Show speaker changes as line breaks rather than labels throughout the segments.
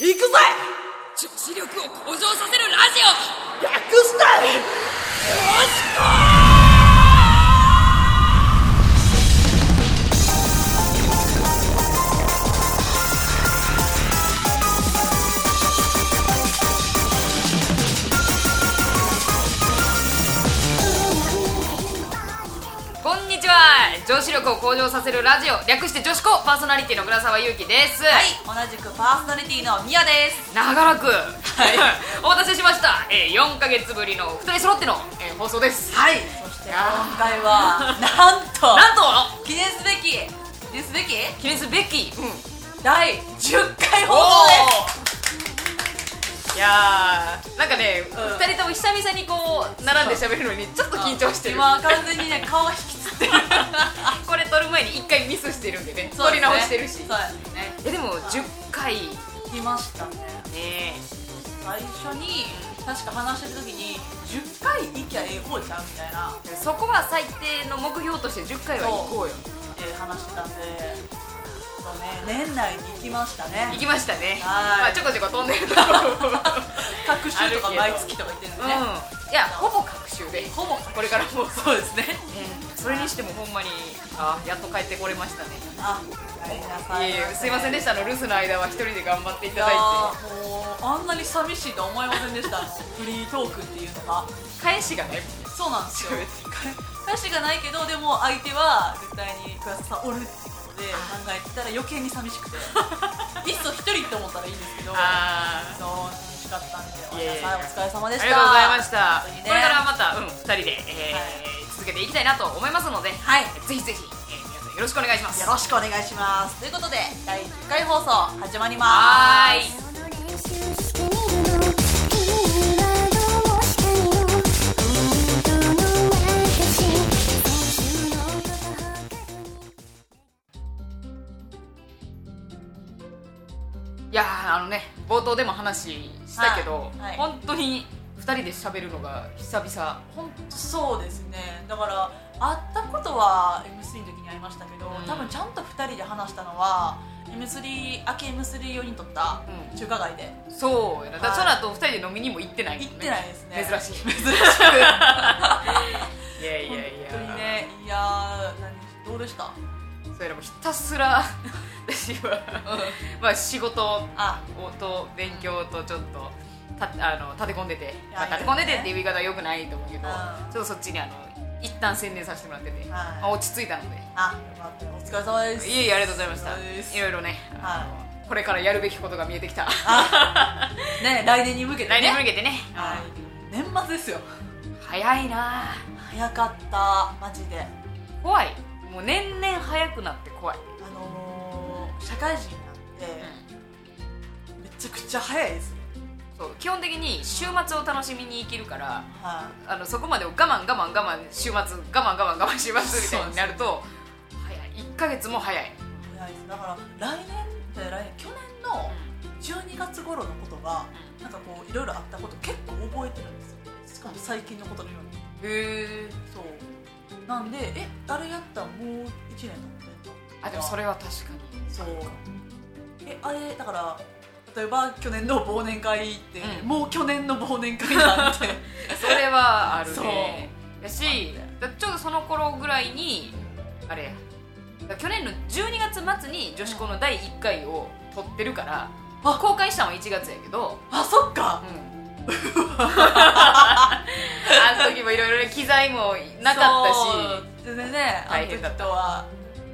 行くぜ
女子力を向上させるラジオ
略して
こんにちは女子力を向上させるラジオ略して女子校パーソナリティの倉沢祐希です
はい、同じくパーソナリティのミヤです。
長らく、
い
お待たせしました、えー、4か月ぶりの2人揃っての、えー放送です
はい、そして今回は、なんと、
なんと
記念すべき、記念すべき
記念すべき、うん、
第10回放送です。
いやーなんかね、二
うん
2人とも久々にこう並んで喋るのにちょっと緊張してる
今、完全にね、顔引きつってる。
これ撮る前に1回ミスしてるんでね 撮り直してるし
そうですね。
えでも10回ね
来ましたね。最初に、確か話してる時に、10回行きゃええ方ちゃうみたいな、
そこは最低の目標として10回は行こうよ
えー話してたんで、そうね、年内に行きましたね
行。きましたね
はい
まあ、ちょこちょこ飛んでるところ
各週と
ある
か
けど
毎月とか言ってるんで
うん
ね。
いやほぼ隔週で
ほぼ
これからも
そうですね。
それにしてもほんまにあやっと帰ってこれましたね
あ、やりなさい。
いえいえすいませんでしたあの留守の間は一人で頑張ってい
い
た
や
だい
ーもうあんなに寂しいとは思いませんでしたフリートークっていうのが
て返しがね
そうなんですよ
喋って
返しがないけどでも相手は絶対に桑田さんおるっていうことで考えてたら余計に寂し くていっそ一人って思ったらいいんですけど
あ
そう寂しかったんでお
いえいえ
皆さんお疲れ様
あ
で
り
し
が
た
とうございました
本当にね
これからまた、うん、2人で、えー
は
続けていきたいなと思いますので、
はい
ぜひぜひ、えー皆さんよろしくお願いします
よろしくお願いしますということで第10回放送始まります
はーい
「この練習してみるの」「君はどうしたいの」「私はどうしたいの」
いやーあのね冒頭でも話したけど、
はいはい
本当に2人で喋るのが久々
本当そうですねだから会ったことは M3 の時に会いましたけど、
うん
多分ちゃんと2人で話したのは M3 明け M3 用に撮った
うん
中華街で、
そうやな、だか
は
らその後2人で飲みにも行ってないもん
行ってないですね
珍しい珍しいいやいやいや
本当にねいやー何どうでした
それでもひたすら 私は、まあ仕事
あ
と勉強とちょっとたあの立て込んでて、
や
まあ、
いや
立て込んでてっていう言い方はよくないと思うけど、
うん
ちょっとそっちにあの一旦専念させてもらってて、まあ落ち着いたので
あよかったお疲れ様です
いえいえありがとうございました
です
いろいろね、あ の
は
これからやるべきことが見えてきた
ね来年に向けてね
来年に向けてね、
はい年末ですよ
早いなあ
早かったマジであ
怖いもう年々早くなって怖い、
のー、社会人になってめちゃくちゃ早いですね
そう基本的に週末を楽しみに生きるから
はい、
あのそこまでを我慢我慢我慢週末我慢我慢我慢週末みたいになると早い1ヶ月も早い、
早いですだから来年って来年去年の12月頃のことがなんかこういろいろあったこと結構覚えてるんですよしかも最近のことのように
へえ
そうなんでえあれやったらもう1年経ってんの
あでもそれは確かに
そうえあれだから例えば去年の忘年会行って、
うん
もう去年の忘年会なんて
それはある
そう
ねやしだちょうどその頃ぐらいにあれやだ去年の12月末に女子校の第1回を撮ってるから、
あ
公開したのは1月やけど、
あそ っか
うん、あの時もいろいろね機材もなかったし
そうでねあ
大
の時
変だった
とは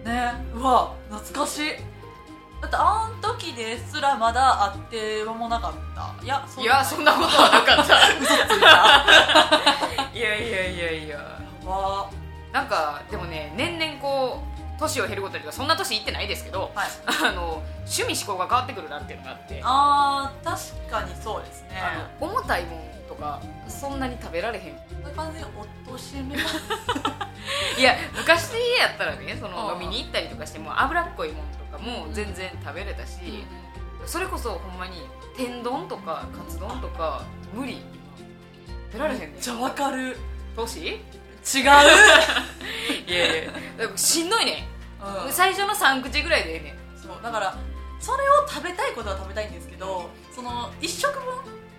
ねうわ懐かしいだってあの時ですらまだ会ってはもなかったいやそ
いやそんなことはなかった
嘘つい た
いやいやいやいや
わ
なんかでもね年々こう年を減ることにとかそんな年いってないですけど、
はい
あの趣味思考が変わってくるなっていうのがあって
あー確かにそうですね
あの重たいもんとかそんなに食べられへん
これ完全におとし め
いや昔やったらねその
うん
飲みに行ったりとかしても脂っこいもんとかも全然食べれたし、それこそほんまに天丼とかカツ丼とか無理食べられへんね
じゃわかる違う
年いやいやだからしんどいね、
うん
最初の3口ぐらいでええねん
そうだからそれを食べたいことは食べたいんですけど一食分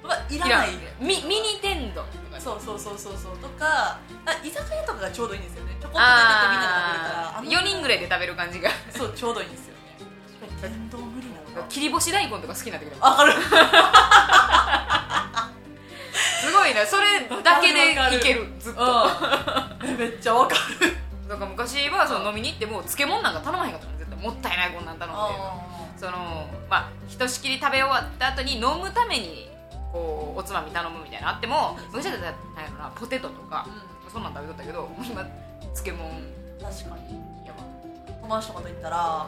はいら
い
な
ら
い
んミミニ天丼とか
そうそうそうそうそうとかあ居酒屋とかがちょうどいいんですよねちょこっと出てみんな
あ
で食べるから
ー4人ぐら
い
いで食べる感じが
そうちょうどいいんですよね確かに天丼無理なのか
切り干し大根とか好きになってくる
あわかる
すごいなそれだけ
わかる
でい
わかる
けるずっと
うんえ めっちゃわかる
だから昔はその飲みに行っても漬物なんか頼まへんかったの絶対もったいないこんなん頼んでそのまあひとしきり食べ終わった後に飲むためにこうおつまみ頼むみたいなのあっても昔だったらなんやろなポテトとか
う
そんなん食べとったけどもう今漬物
ん確かに
やば
友達とかと行ったら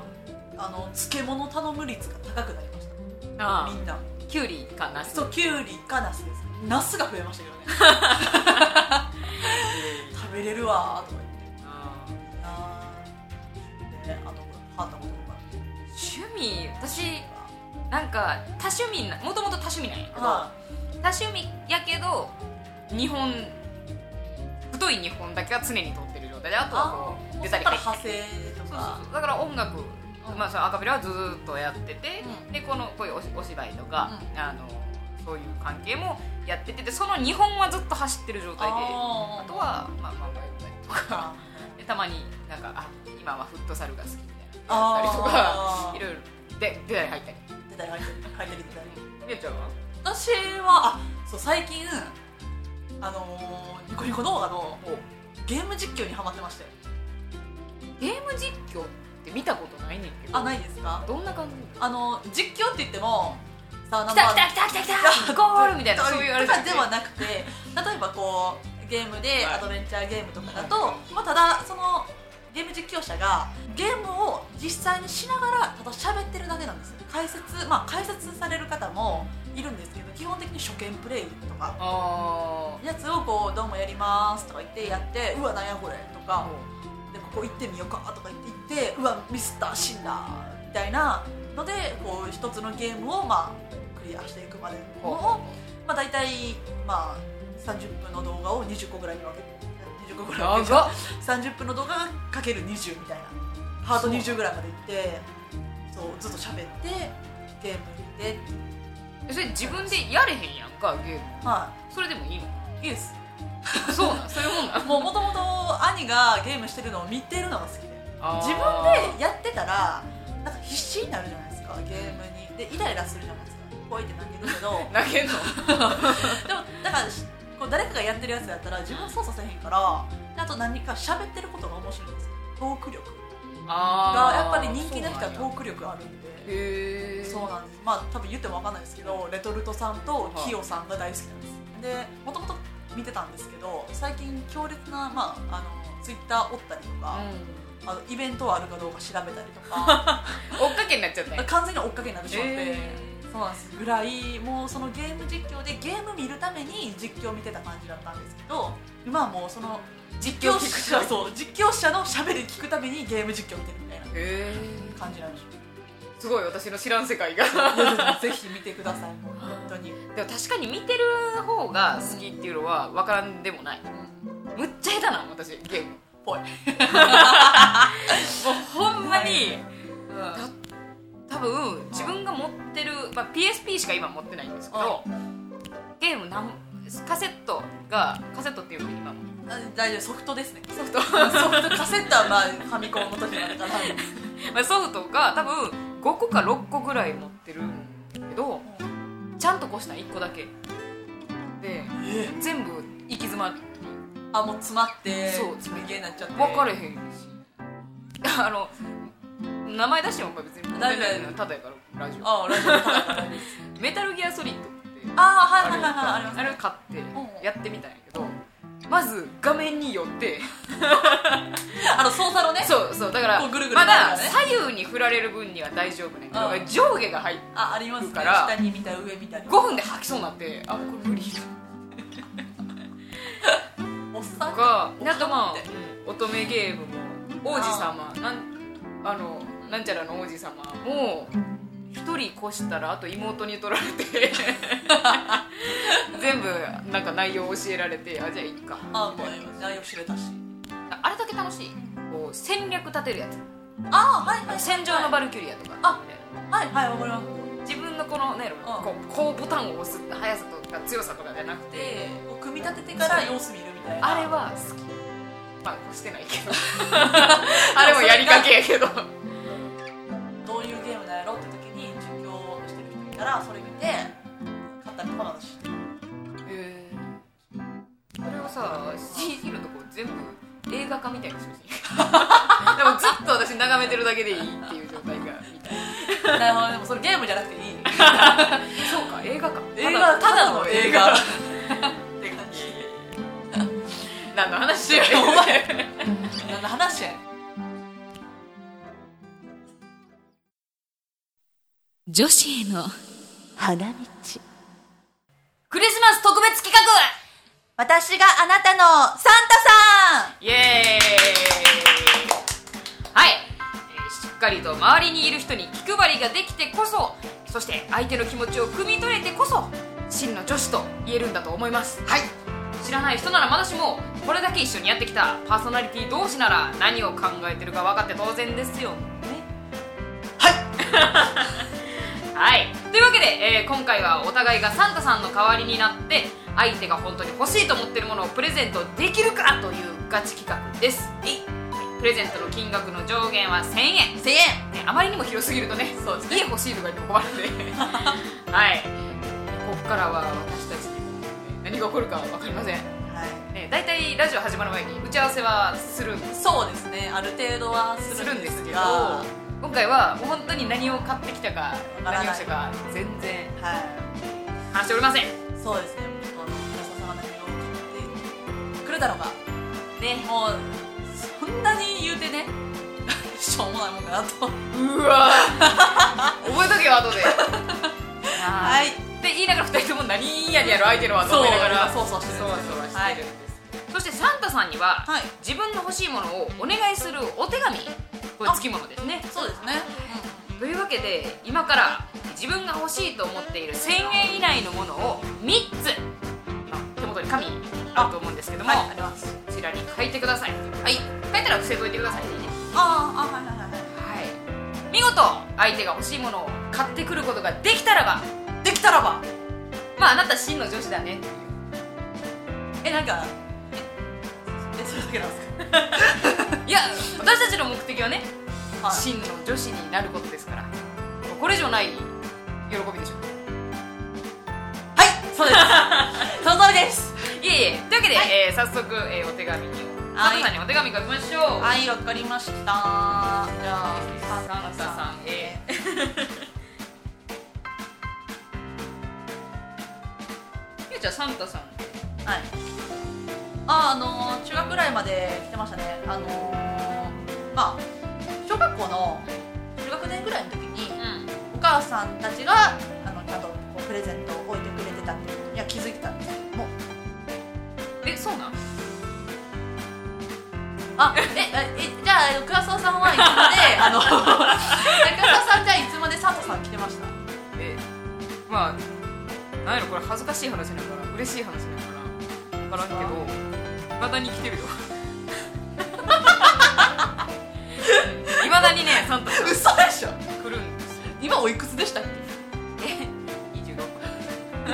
あの漬物頼む率が高くなりましたみんな
きゅうりかな
そうきゅうりかナスですナスが増えましたけどね食べれるわーとか言って
あー
いいなーであとハートもとか
趣味私なんか多趣味なもともと多趣味なんやけど
は
多趣味やけど日本太い日本だけは常に撮ってる状態であとはこう出たり
か
入
ら
ったり
派生と
そう
か
そうそうだから音楽、まあ、そのアカペラはずーっとやってて、
うん
でこのこういうおしお芝居とか、
う
あのそういう関係もやっててでその日本はずっと走ってる状態であ
あー
とは、まあ、漫画読んだりとか
あ
でたまになんかあ今はフットサルが好きみたいなやったりとか
あー
いろいろで出たり入ったり。
出たり入ったり入ったり出たり
みやちゃんは
私はあそう最近あのーニコニコ動画のゲーム実況にハマってましたよ
ゲーム実況って見たことないねんけど
あないですか
どんな感じ
あの実況って言ってもさあ
来た来た来た来た来たゴールみたいなそういうあれ
とかでは
な
なくて例えばこうゲームで
はい
アドベンチャーゲームとかだと、まあ、ただそのゲーム実況者がゲームを実際にしながらただ喋ってるだけなんですよ解説まあ解説される方もいるんですけど基本的に初見プレイとか
あ
やつをこう「どうもやります」とか言ってやって「うわなんやこれ」と
あ
かでここ行ってみようかとか言って行ってうわミスった死んだみたいなのでこう一つのゲームをまあクリアしていくまでのを、まあ、大体まあ30分の動画を20個ぐらいに分けて20個ぐらい分けて
長っ
30分の動画がかける20みたいなハー
そ
ト
う
20ぐらいまでいってそうずっと喋ってゲームで
それ自分でやれへんやんかゲーム
ま
それでもいいの
あいいです
そう なんそういうもんなん
もうもともと兄がゲームしてるのを見てるのが好きで自分でやってたらなんか必死になるじゃないですかゲームにでイライラするじゃないですかポイって投げるけど
で投げんの
でもだからしこう誰かがやってるやつやったら自分操作せへんからであと何か喋ってることが面白いんですよトーク力がやっ
あ
ぱ
ー
り人気な人はト
そうなんや
ーク力あるんで
へえ
そうなんですまあ多分言っても分かんないですけどレトルトさんとキヨさんが大好きなんですでもともと見てたんですけど最近強烈な、まあ、あのツイッターおったりとか、あのイベントはあるかどうか調べたりとか
うん追っかけになっちゃったんや
完全に追っかけになってしまって、
へー
そうなんですぐらいもうそのゲーム実況でゲーム見るために実況見てた感じだったんですけど今はもうその
実
実況
聞
者
く
そう実況者のしゃべり聞くためにゲーム実況見てるみたいな
へえ
感じなんでしょ
すごい私の知らん世界が
うぜひ見てくださいもう本当に、
でも確かに見てる方が好きっていうのは分からんでもないむっちゃ下手なの私ゲームも
ぽい、
うほんまに
うん
多分自分が持ってる、まあ、PSP しか今持ってないんですけどゲームなんカセットがカセットっていうの今も
あ大丈夫ソフトですね
ソフト
ソフトカセットはまあファミコンの時だったから
まあソフトが多分5個か6個ぐらい持ってるんだけどちゃんとこうしたん1個だけで
え
全部行き詰まって
あもう詰まって
そう
詰めになっちゃって
分かれへんし、あの名前出しても別に
大丈夫
ただやからラジオ
あラジオ叩かないです
メタルギアソリッドって
ああはいはいはいはいあります
あれを買ってやってみたんやけどまず画面によって
あのソーサロね
そうそうだか
こ
ら
うぐるぐる
ま
回るから
だ
ね
左右に振られる分には大丈夫ねんけ
うん
ど上下が入って
あありますね
から
下に見た上見たり
5分で吐きそうになってあこれ無理とか
おっさんおっさん
あとまあ
って
うん乙女ゲームも王子様なんあのなんちゃらの王子様も1人越したらあと妹に取られ て全部なんか内容教えられてあじゃあいいか
あもう内容知れたし
あれだけ楽しいこう戦略立てるやつ
あはいはい
戦場のバルキュリアとか
あはいはいわかります
自分のこのね、
ん
こうこうボタンを押す速さとか強さとかじゃなくて
でこう組み立ててから様子見るみたいな
あれは好きまあこうしてないけ どあれもやりかけやけど
どういうゲームなんやろって時に実況してる人いたらそれ見て買ったりとかも し
えー、これをさ CG のとこ全部映画化みたいな写真 でもずっと私眺めてるだけでいいっていう状態がみたい
なるほどでもそれゲームじゃなくていい
そうか映画か
映画ただの映画って感
何の話よ
お前じ何の話やねん
女子への
花道
クリスマス特別企画
私があなたのサンタさん
イエーイはいえーしっかりと周りにいる人に気配りができてこそそして相手の気持ちを汲み取れてこそ真の女子と言えるんだと思います
はい
知らない人ならまだしもこれだけ一緒にやってきたパーソナリティ同士なら何を考えてるか分かって当然ですよね
はい
はいというわけで、えー今回はお互いがサンタさんの代わりになって相手が本当に欲しいと思ってるものをプレゼントできるかというガチ企画ですはいプレゼントの金額の上限は1000円
1000円
ね、あまりにも広すぎるとねそう家欲しいとか言っても困るんで はいここからは私たちに何が起こるか分かりません、
はい
ね、大体ラジオ始まる前に打ち合わせはするんです
そうですねある程度はす
する
るん
ん
で
ですす
け
け
ど
ど
は
今回はもう本当に何を買ってきたか
わからない
何をしたか全然
い
話しておりません
そうですねちょっと皆さんが何を買ってくれたのかねもうそんなに言うてね しょうもないもんかなと
うわ 覚えとけよ後ではいって言いながら2人とも何やねやろ相手のはと思いながら
そうそうそうしてる
そわそわしてるんです、そしてサンタさんには、
はい
自分の欲しいものをお願いするお手紙これ付き物ですね
そうですね
というわけで今から自分が欲しいと思っている1000円以内のものを3つ、まあ手元に紙あると思うんですけども、
はいあります
こちらに書いてくださいはい書いたら伏せといてくださいね
あああはいはいはいは
はい見事相手が欲しいものを買ってくることができたらば
いできたらば
まああなた真の女子だ ねっていう
えなんかええそれだけなんです
いや私たちの目的はね
かはい
真の女子になることですからこれ以上ない喜びでしょ
はいそうです その通りです
いえいえというわけで、
はい
えー早速、えーお手紙にサ
はい
ンタさんにお手紙書きましょう、
はいわかりましたじゃあ
サンタさんへ ゆうちゃんサンタさん
はい。あ、あのー中学ぐらいまで来てましたね。あのーまあ小学校の中学年ぐらいの時に
うん
お母さんたちがあのちゃんとこうプレゼントを置いてくれてたっていうことには気づいてたんですけども、
えそうなん
あ、え、え、えじゃあ桑沢さんはいつま であの桑沢さんじゃあいつまでサンタさん来てました。
えまあなんやろこれ恥ずかしい話だから嬉しい話だから分からんけどいまだに来て るよいまだにねサンタさん
嘘でし
来
ょ。
るんですよ
今おいくつでしたっけ？
え26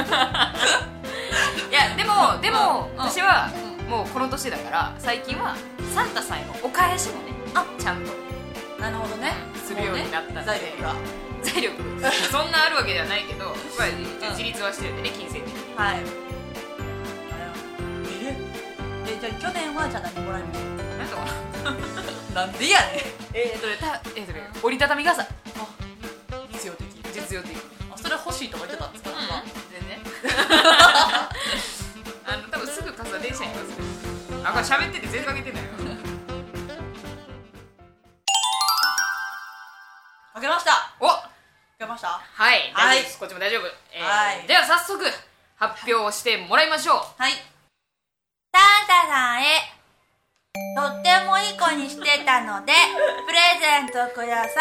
いやでもでも、
うん
私は、もうこの年だから最近はサンタさんへのお返しもね
あ
ちゃんと
なるほどね。
するようになったんで
もうね財力が。
財力そんなあるわけではないけど、まあ、自立はしてるんでね金銭的に
はい。え、えじゃあ去年はじゃあ何もらいまし
なんか
た。なんでやねん。
えー、とねたえー、とね折りたたみ傘
あ、必要的。
実用的うん
あ、それ欲しいとか言ってたんですか。
全 然あの多分すぐ傘電車に行くんですよあこれ喋ってて全然かけてないよ
かけました。か
お
けました。
はい
は
大丈
い
夫です、こっちも大丈夫、えー
はい
では早速発表をしてもらいましょう
はい。サンタさんへ。とってもいい子にしてたので、プレゼントください。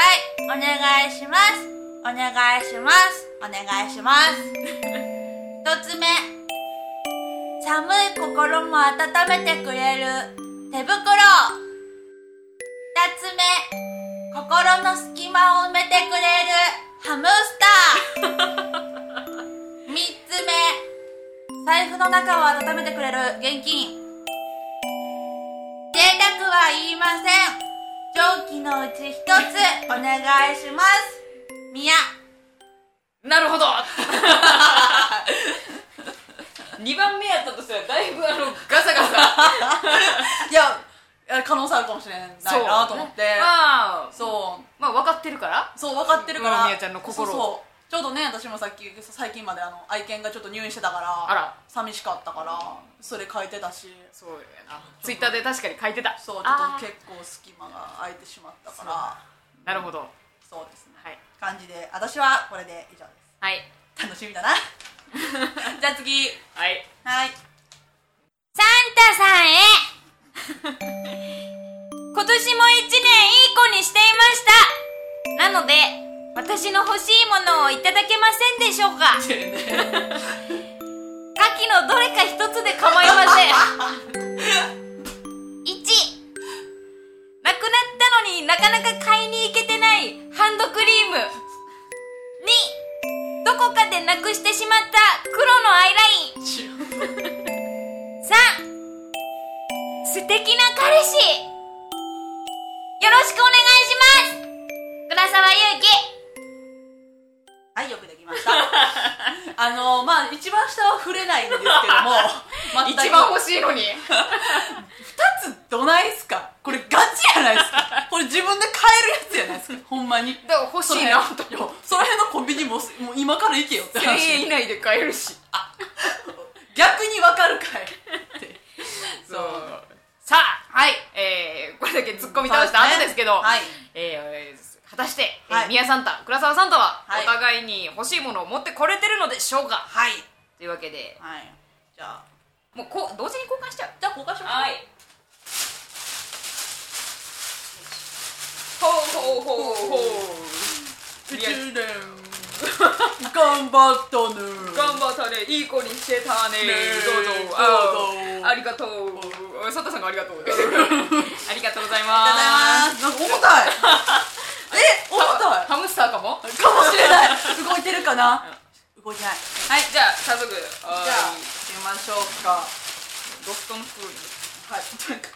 お願いします。お願いします。お願いします。一つ目。寒い心も温めてくれる手袋。二つ目。心の隙間を埋めてくれる
ハムスター !3 つ目財布の中を温めてくれる現金贅沢は言いません上記のうち1つお願いします宮
な るほど2番目やったとしたらだいぶあのガサガサ
いやいや可能性あるかもしれないなと思って
まあ
そう
まあ分かってるから
そう分かってるから
みやちゃんの心を
そうそうちょうどね私もさっき最近まであの愛犬がちょっと入院してたから
あら
寂しかったからそれ書いてたし
そうやなツイッターで確かに書いてた
そうちょ
あ
っと結構隙間が空いてしまったから
ーなるほどは
そうですね、
い
感じで私はこれで以上で
はい
す楽しみだな じゃあ次
はい
はい
サンタさんへ 今年も一年いい子にしていましたなので私の欲しいものをいただけませんでしょうか
丁寧
下記のどれか一つで構いません1なくなったのになかなか買いに行けてないハンドクリーム2どこかでなくしてしまった黒のアイライン3素敵な彼氏よろしくお願いします倉沢祐希
はいよくできました あのまあ一番下は触れないんですけども 全く
一番欲しいのに
二つどないすかこれガチじゃないですかこれ自分で買えるやつじゃないですかほんまに
だから欲しいなと
いやその辺のコンビニももう今から行けよって
1000
話
円以内で買えるし
逆にわかるかいって
そうさあはいえー、これだけ突っ込み倒した後ですけど
はい
えー、果たして、えー
はい
宮サンタ倉沢サンタは
はい
お互いに欲しいものを持ってこれてるのでしょうか、
はい、
というわけで
はい、じゃあ
もうこう同時に交換しちゃう
じゃあ交換しましょう
はいほうほうほうほういや
年頑張ったね
頑張ったねいい子にしてたね
ね
どう
ど
ぞ
うぞ
あーありがとうサンタさんがありが とうありがとうございます
ありがとうござい ますなんか重たいえ重たい
ハムスターかもはい
かもしれない動いてるかな動いてないじ
じゃあ早速じゃ
ゃあ行きましょうか
ロフトの風に
はい、なんか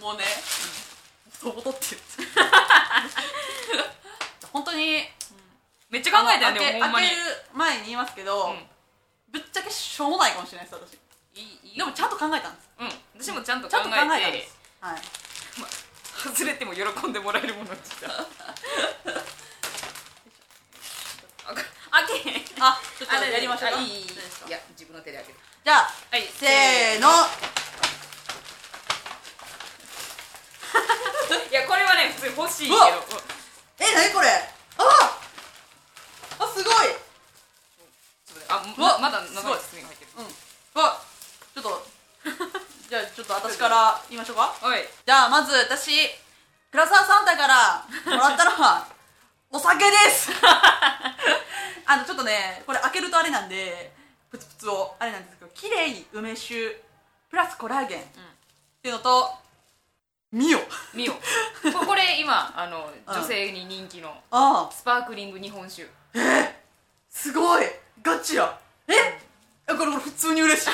も うね、ボトボトって言って。本当に
めっちゃ考えたよ
あの開
ね
け
ほんまに
開ける前に言いますけど、
うん
ぶっちゃけしょうもないかもしれないです私でもちゃんと考えたんです
うん私もちゃんと
ち
考
ゃんと考えた
え
んで
て
すはい
外れても喜んでもらえるものにした あ開けへん
あちょっとやりましょうか
あいいいいいい
どうですか
いや自分の手で開ける
じゃあ
はい
せーの
いやこれはね普通に欲しいけど
うわえ何これああすごい
あ
うわ
ままだ
す
生
ごい
の包みが入ってる
うんわちょっと じゃあちょっと私から言いましょうか
おい
じゃあまず私倉沢サンタからもらったの はお酒です あのちょっとねこれ開けるとあれなんでプツプツをあれなんですけどきれい梅酒プラスコラーゲン、っていうのとミオ
ミオ ここれ今あの
うん
女性に人気の
ああ
スパークリング日本酒
すごいガチやええこれこれ普通に嬉 しい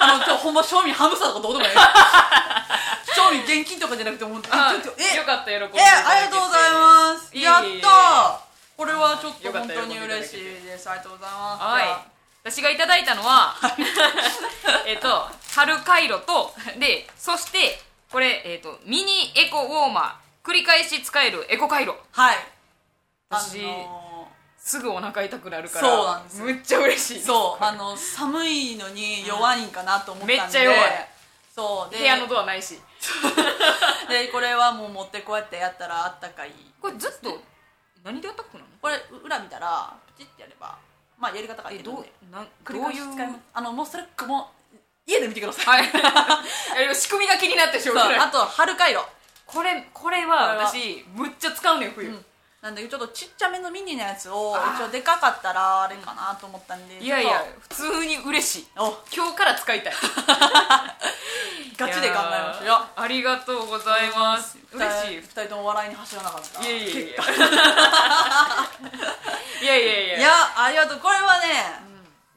あのちょほんま賞味ハムサとかどう でもいい賞味現金とかじゃなくてもうちょ
あ
っと
よかった喜んでいただけ
え
て
ありがとうございます
いえいえ
やったこれはちょっと
よかっ
本
た
当に嬉しいですありがとうございます
はい私がいただいたのは えっと春回路とでそしてこれ、えっとミニエコウォーマー繰り返し使えるエコ回路
はい
私
あの
すぐお腹痛くなるから
そうなんですよ
むっちゃ嬉しい
ーそうあの寒いのに弱いんかなと思ったんで、
めっちゃ弱い
そうで
部屋のドアないし
でこれはもう持ってこうやってやったらあったかい
これずっと何でやったことなの
これ裏見たらプチってやればまあやり方がい
え
い
どう
ので
なんど
繰り
う
返
い
し
う
使いますあのもうそれもう家で見てください
はいいや でも仕組みが気になってしょう
そう
がない
あと春回路
これこれ
こ
は
れは
私むっちゃ使うねん冬、
うんなんでちょっとちっちゃめのミニのやつを一応でかかったらあれかなと思ったんで
いやいや
ちょっ
普通に嬉しい
とお
今日から使いたい
ガチで考えました
いやありがとうございます嬉しい
2人とも笑いに走らなかった
いやいや いやいやいやい
い
や
やありがとうこれはね、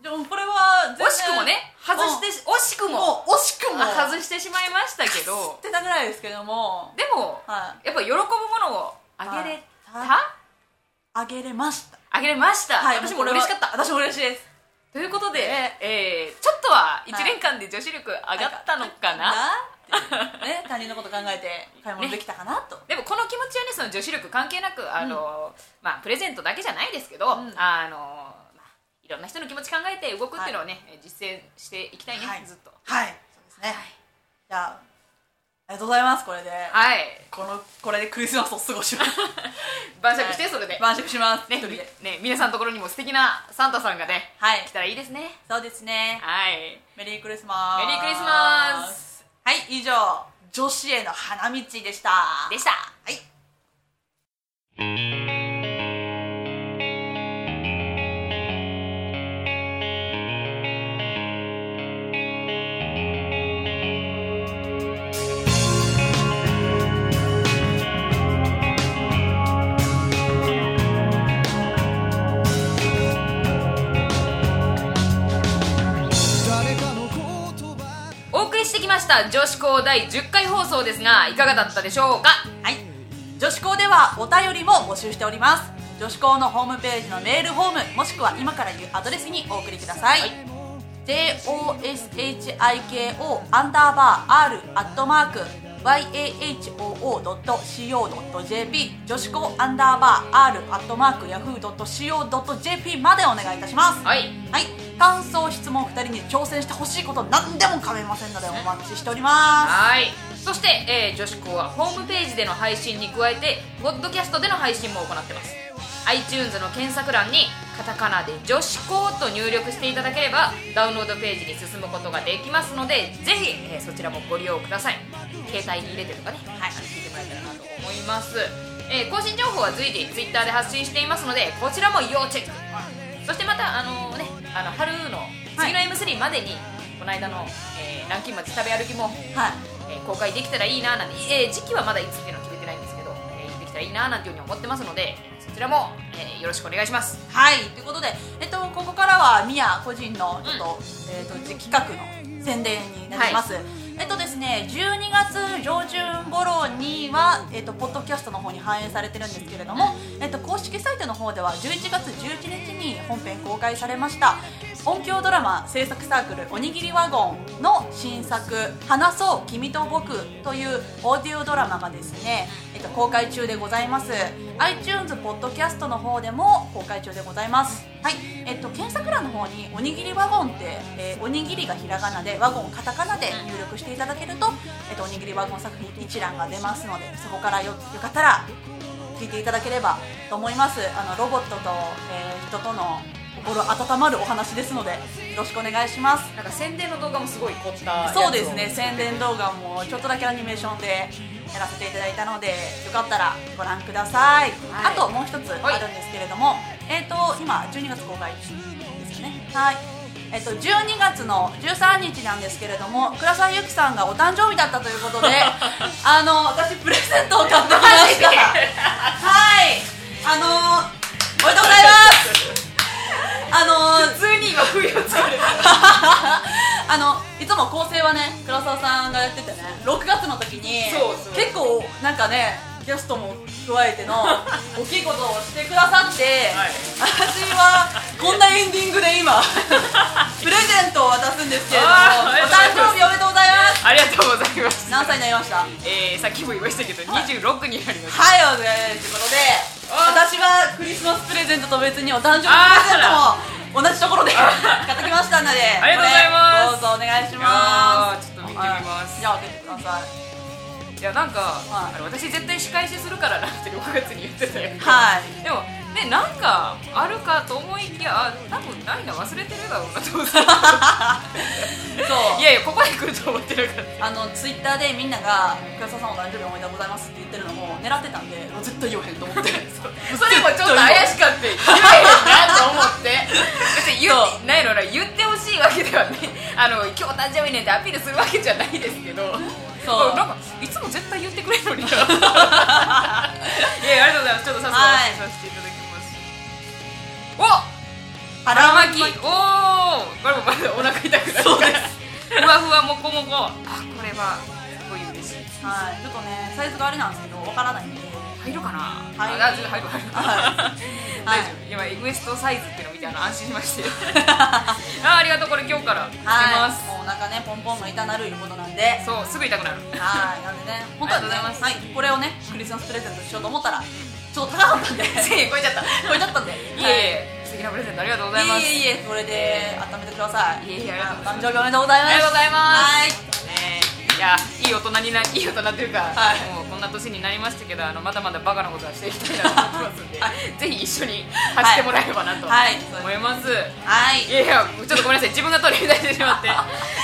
でもこれは全然
惜しくもね外してし惜しくも
もう惜しくも
外してしまいましたけ ど
ってたぐらいですけども
でも
は
やっぱ喜ぶものをあげれた
はいあげれました
あげれました
はい
私も嬉しかった
もうこれは私も嬉しいです
ということで
ね
えーちょっとは1年間で女子力上がったのかな
っていうね他人のこと考えて買い物できたかなと、
でもこの気持ちはねその女子力関係なくあの、まあ、プレゼントだけじゃないですけど、
ん
あのまあいろんな人の気持ち考えて動くっていうのをね、え実践していきたいね、
はい
ずっと
はいそうですね、じゃあありがとうございますこれで、
はい
このこれでクリスマスを過ごします
晩酌してそれで、
晩酌します、
ね
一人で
ね皆さんのところにも素敵なサンタさんがね
はい
来たらいいですね
そうですね
はい
メリークリスマス
メリークリスマ
スはい以上女子への花道でした
でした
はい
誰かの言葉
お送りしてきました女子校第10回放送ですがいかがだったでしょうか
はい、女子校ではお便りも募集しております女子校のホームページのメールフォームもしくは今から言うアドレスにお送りください、joshiko アンダーバー r アットマーク yahoo.co.jp 女子校アンダーバー r アットマーク yahoo.co.jp までお願いいたします、
はいい
はい、感想質問2人に挑戦してほしいこと何でも構いませんのでお待ちしておりま
はいそして、えー女子校はホームページでの配信に加えてポッドキャストでの配信も行ってます iTunes の検索欄にカタカナで「女子校」と入力していただければダウンロードページに進むことができますのでぜひ、えーそちらもご利用ください携帯に入れてとかね、はい、聞いてもらえたらなと思います、えー更新情報は随時 Twitter で発信していますのでこちらも要チェックそしてまたあのねあの春の次の M3 までに、この間の、えー、南京町食べ歩きも
すはい
えー公開できたらいいななんて、えー時期はまだいつっていうのは決めてないんですけど、えーできたらいいななんていうふうに思ってますのでそちらも、えーよろしくお願いします
はい、ということで、えっと、ここからはミヤ個人のちょっと、えっと、企画の宣伝になります。えっとですね、12月上旬頃には、えっと、ポッドキャストの方に反映されてるんですけれども、えっと、公式サイトの方では11月11日に本編公開されました音響ドラマ制作サークル「おにぎりワゴン」の新作「話そう君と僕」というオーディオドラマがですね、えっと、公開中でございます iTunes ポッドキャストの方でも公開中でございますはいえっと検索欄の方に「おにぎりワゴン」って、えーおにぎりがひらがなでワゴンカタカナで入力していただけると、えっと、おにぎりワゴン作品一覧が出ますのでそこからよよかったら聞いていただければと思いますあのロボットと、えー人との心温まるお話ですのでよろしくお願いします
なんか宣伝の動画もすごい凝った
そうですね宣伝動画もちょっとだけアニメーションでやらせていただいたのでよかったらご覧ください、
はい
あともう一つあるんですけれども、えっ、と今12月公開ですよねはいえっと、12月の13日なんですけれども倉沢由紀さんがお誕生日だったということ であの私プレゼントを買ってきましたはいあのおめでとうござい ますあの
普通に今不意をつかる
あのいつも構成はね黒沢さんがやっててね6月の時に
そうそう
結構なんかねゲストも加えて の大きいことをしてくださって、
はい
私はこんなエンディング で今プレゼントを渡すんですけれども
あー
お誕生日おめでとうございま す
ありがとうございます
何歳になりましたはい
えー、さっきも言いましたけど26になりました
おめでということで
あー
私はクリスマスプレゼントと別にお誕生日プレゼントも同じところで 買ってきましたので
ありがとうございます
これどうぞお願いし
い
ます
やーちょっと見てみます
じゃあ開けてください
いやなんか、
はい
あの私絶対仕返しするからなって6月に言ってたよ
はい
でもねなんかあるかと思いきやあ多分ないな忘れてるだろうなと思って
そう
いやいやここに来ると思ってるから
あのツイッターでみんなが「倉沢さんお誕生日おめでとうございます」って言ってるのも狙ってたんでもう絶対言わへんと思って
それもちょっと怪しかった言えへんなと思って別に言ってないのな言ってほしいわけではね あの今日誕生日ねってアピールするわけじゃないですけど
そう
なんかいつも絶対言ってくれるの にないやありがとうございますちょっとさすが
はい
させていただきますお 腹巻きおおこれもまだお腹痛くなる
そうで
ふわふわもこもこあこれはすごい嬉しい
はいちょっとねサイズがあれなんですけどわからないんで
入るかな
入る
あ全然入る入る
は
大丈夫今ウエストサイズっていうの見てあの安心しま してあありがとうこれ今日からつけ
は
ます、
いもうお腹ねポンポンが痛なるいうことなんで
そうすぐ痛く なる
はいなんでね本当
ありがと
はね
うございます
はいこれをねクリスマスプレゼントしようと思ったらちょっと高かったんで
1000円超えちゃ ったい
超えちゃったんで
えいえ素敵なプレゼントありがとうござい
い
ま
え
す
いえいえそれで温めてください
いえいえありがとうございます
誕生日おめでとうございます
ありがとうございます
はい
ねえいやいい大人にないい大人というか、
はい
もうこんな年になりましたけどあのまだまだバカなことはしていきたいなと思ってます んで、ぜひ一緒に走ってもらえればなと
はい
思います、
はい
いやいやちょっとごめんなさい自分が取り乱してし まって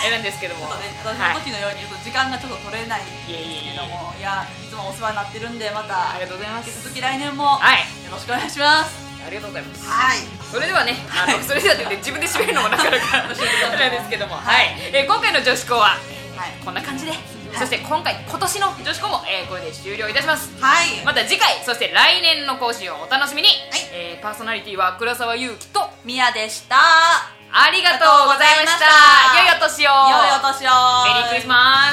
えなんですけども
ちょっとね、私
はい
の時のように言うと時間がちょっと取れないんですけども、いや、いつもお世話になってるんで、また
ありがとうございま
引き
す
続き来年もよ
はい
ろしくお願いします。
ありがとうございます
はい、
それではね、あのそれではって言って自分で締めるのもなかなかあれですけども、はいえー今回の女子校は
はい、
こんな感じで、そして今回今年の女子校も、えーこれで終了いたします
はい、
また次回そして来年の講習をお楽しみに、
い
えーパーソナリティは黒沢祐樹と
みやでした。
ありがとうございました
ありがとうございました
良いお年を
良いお年を。
メリークリスマス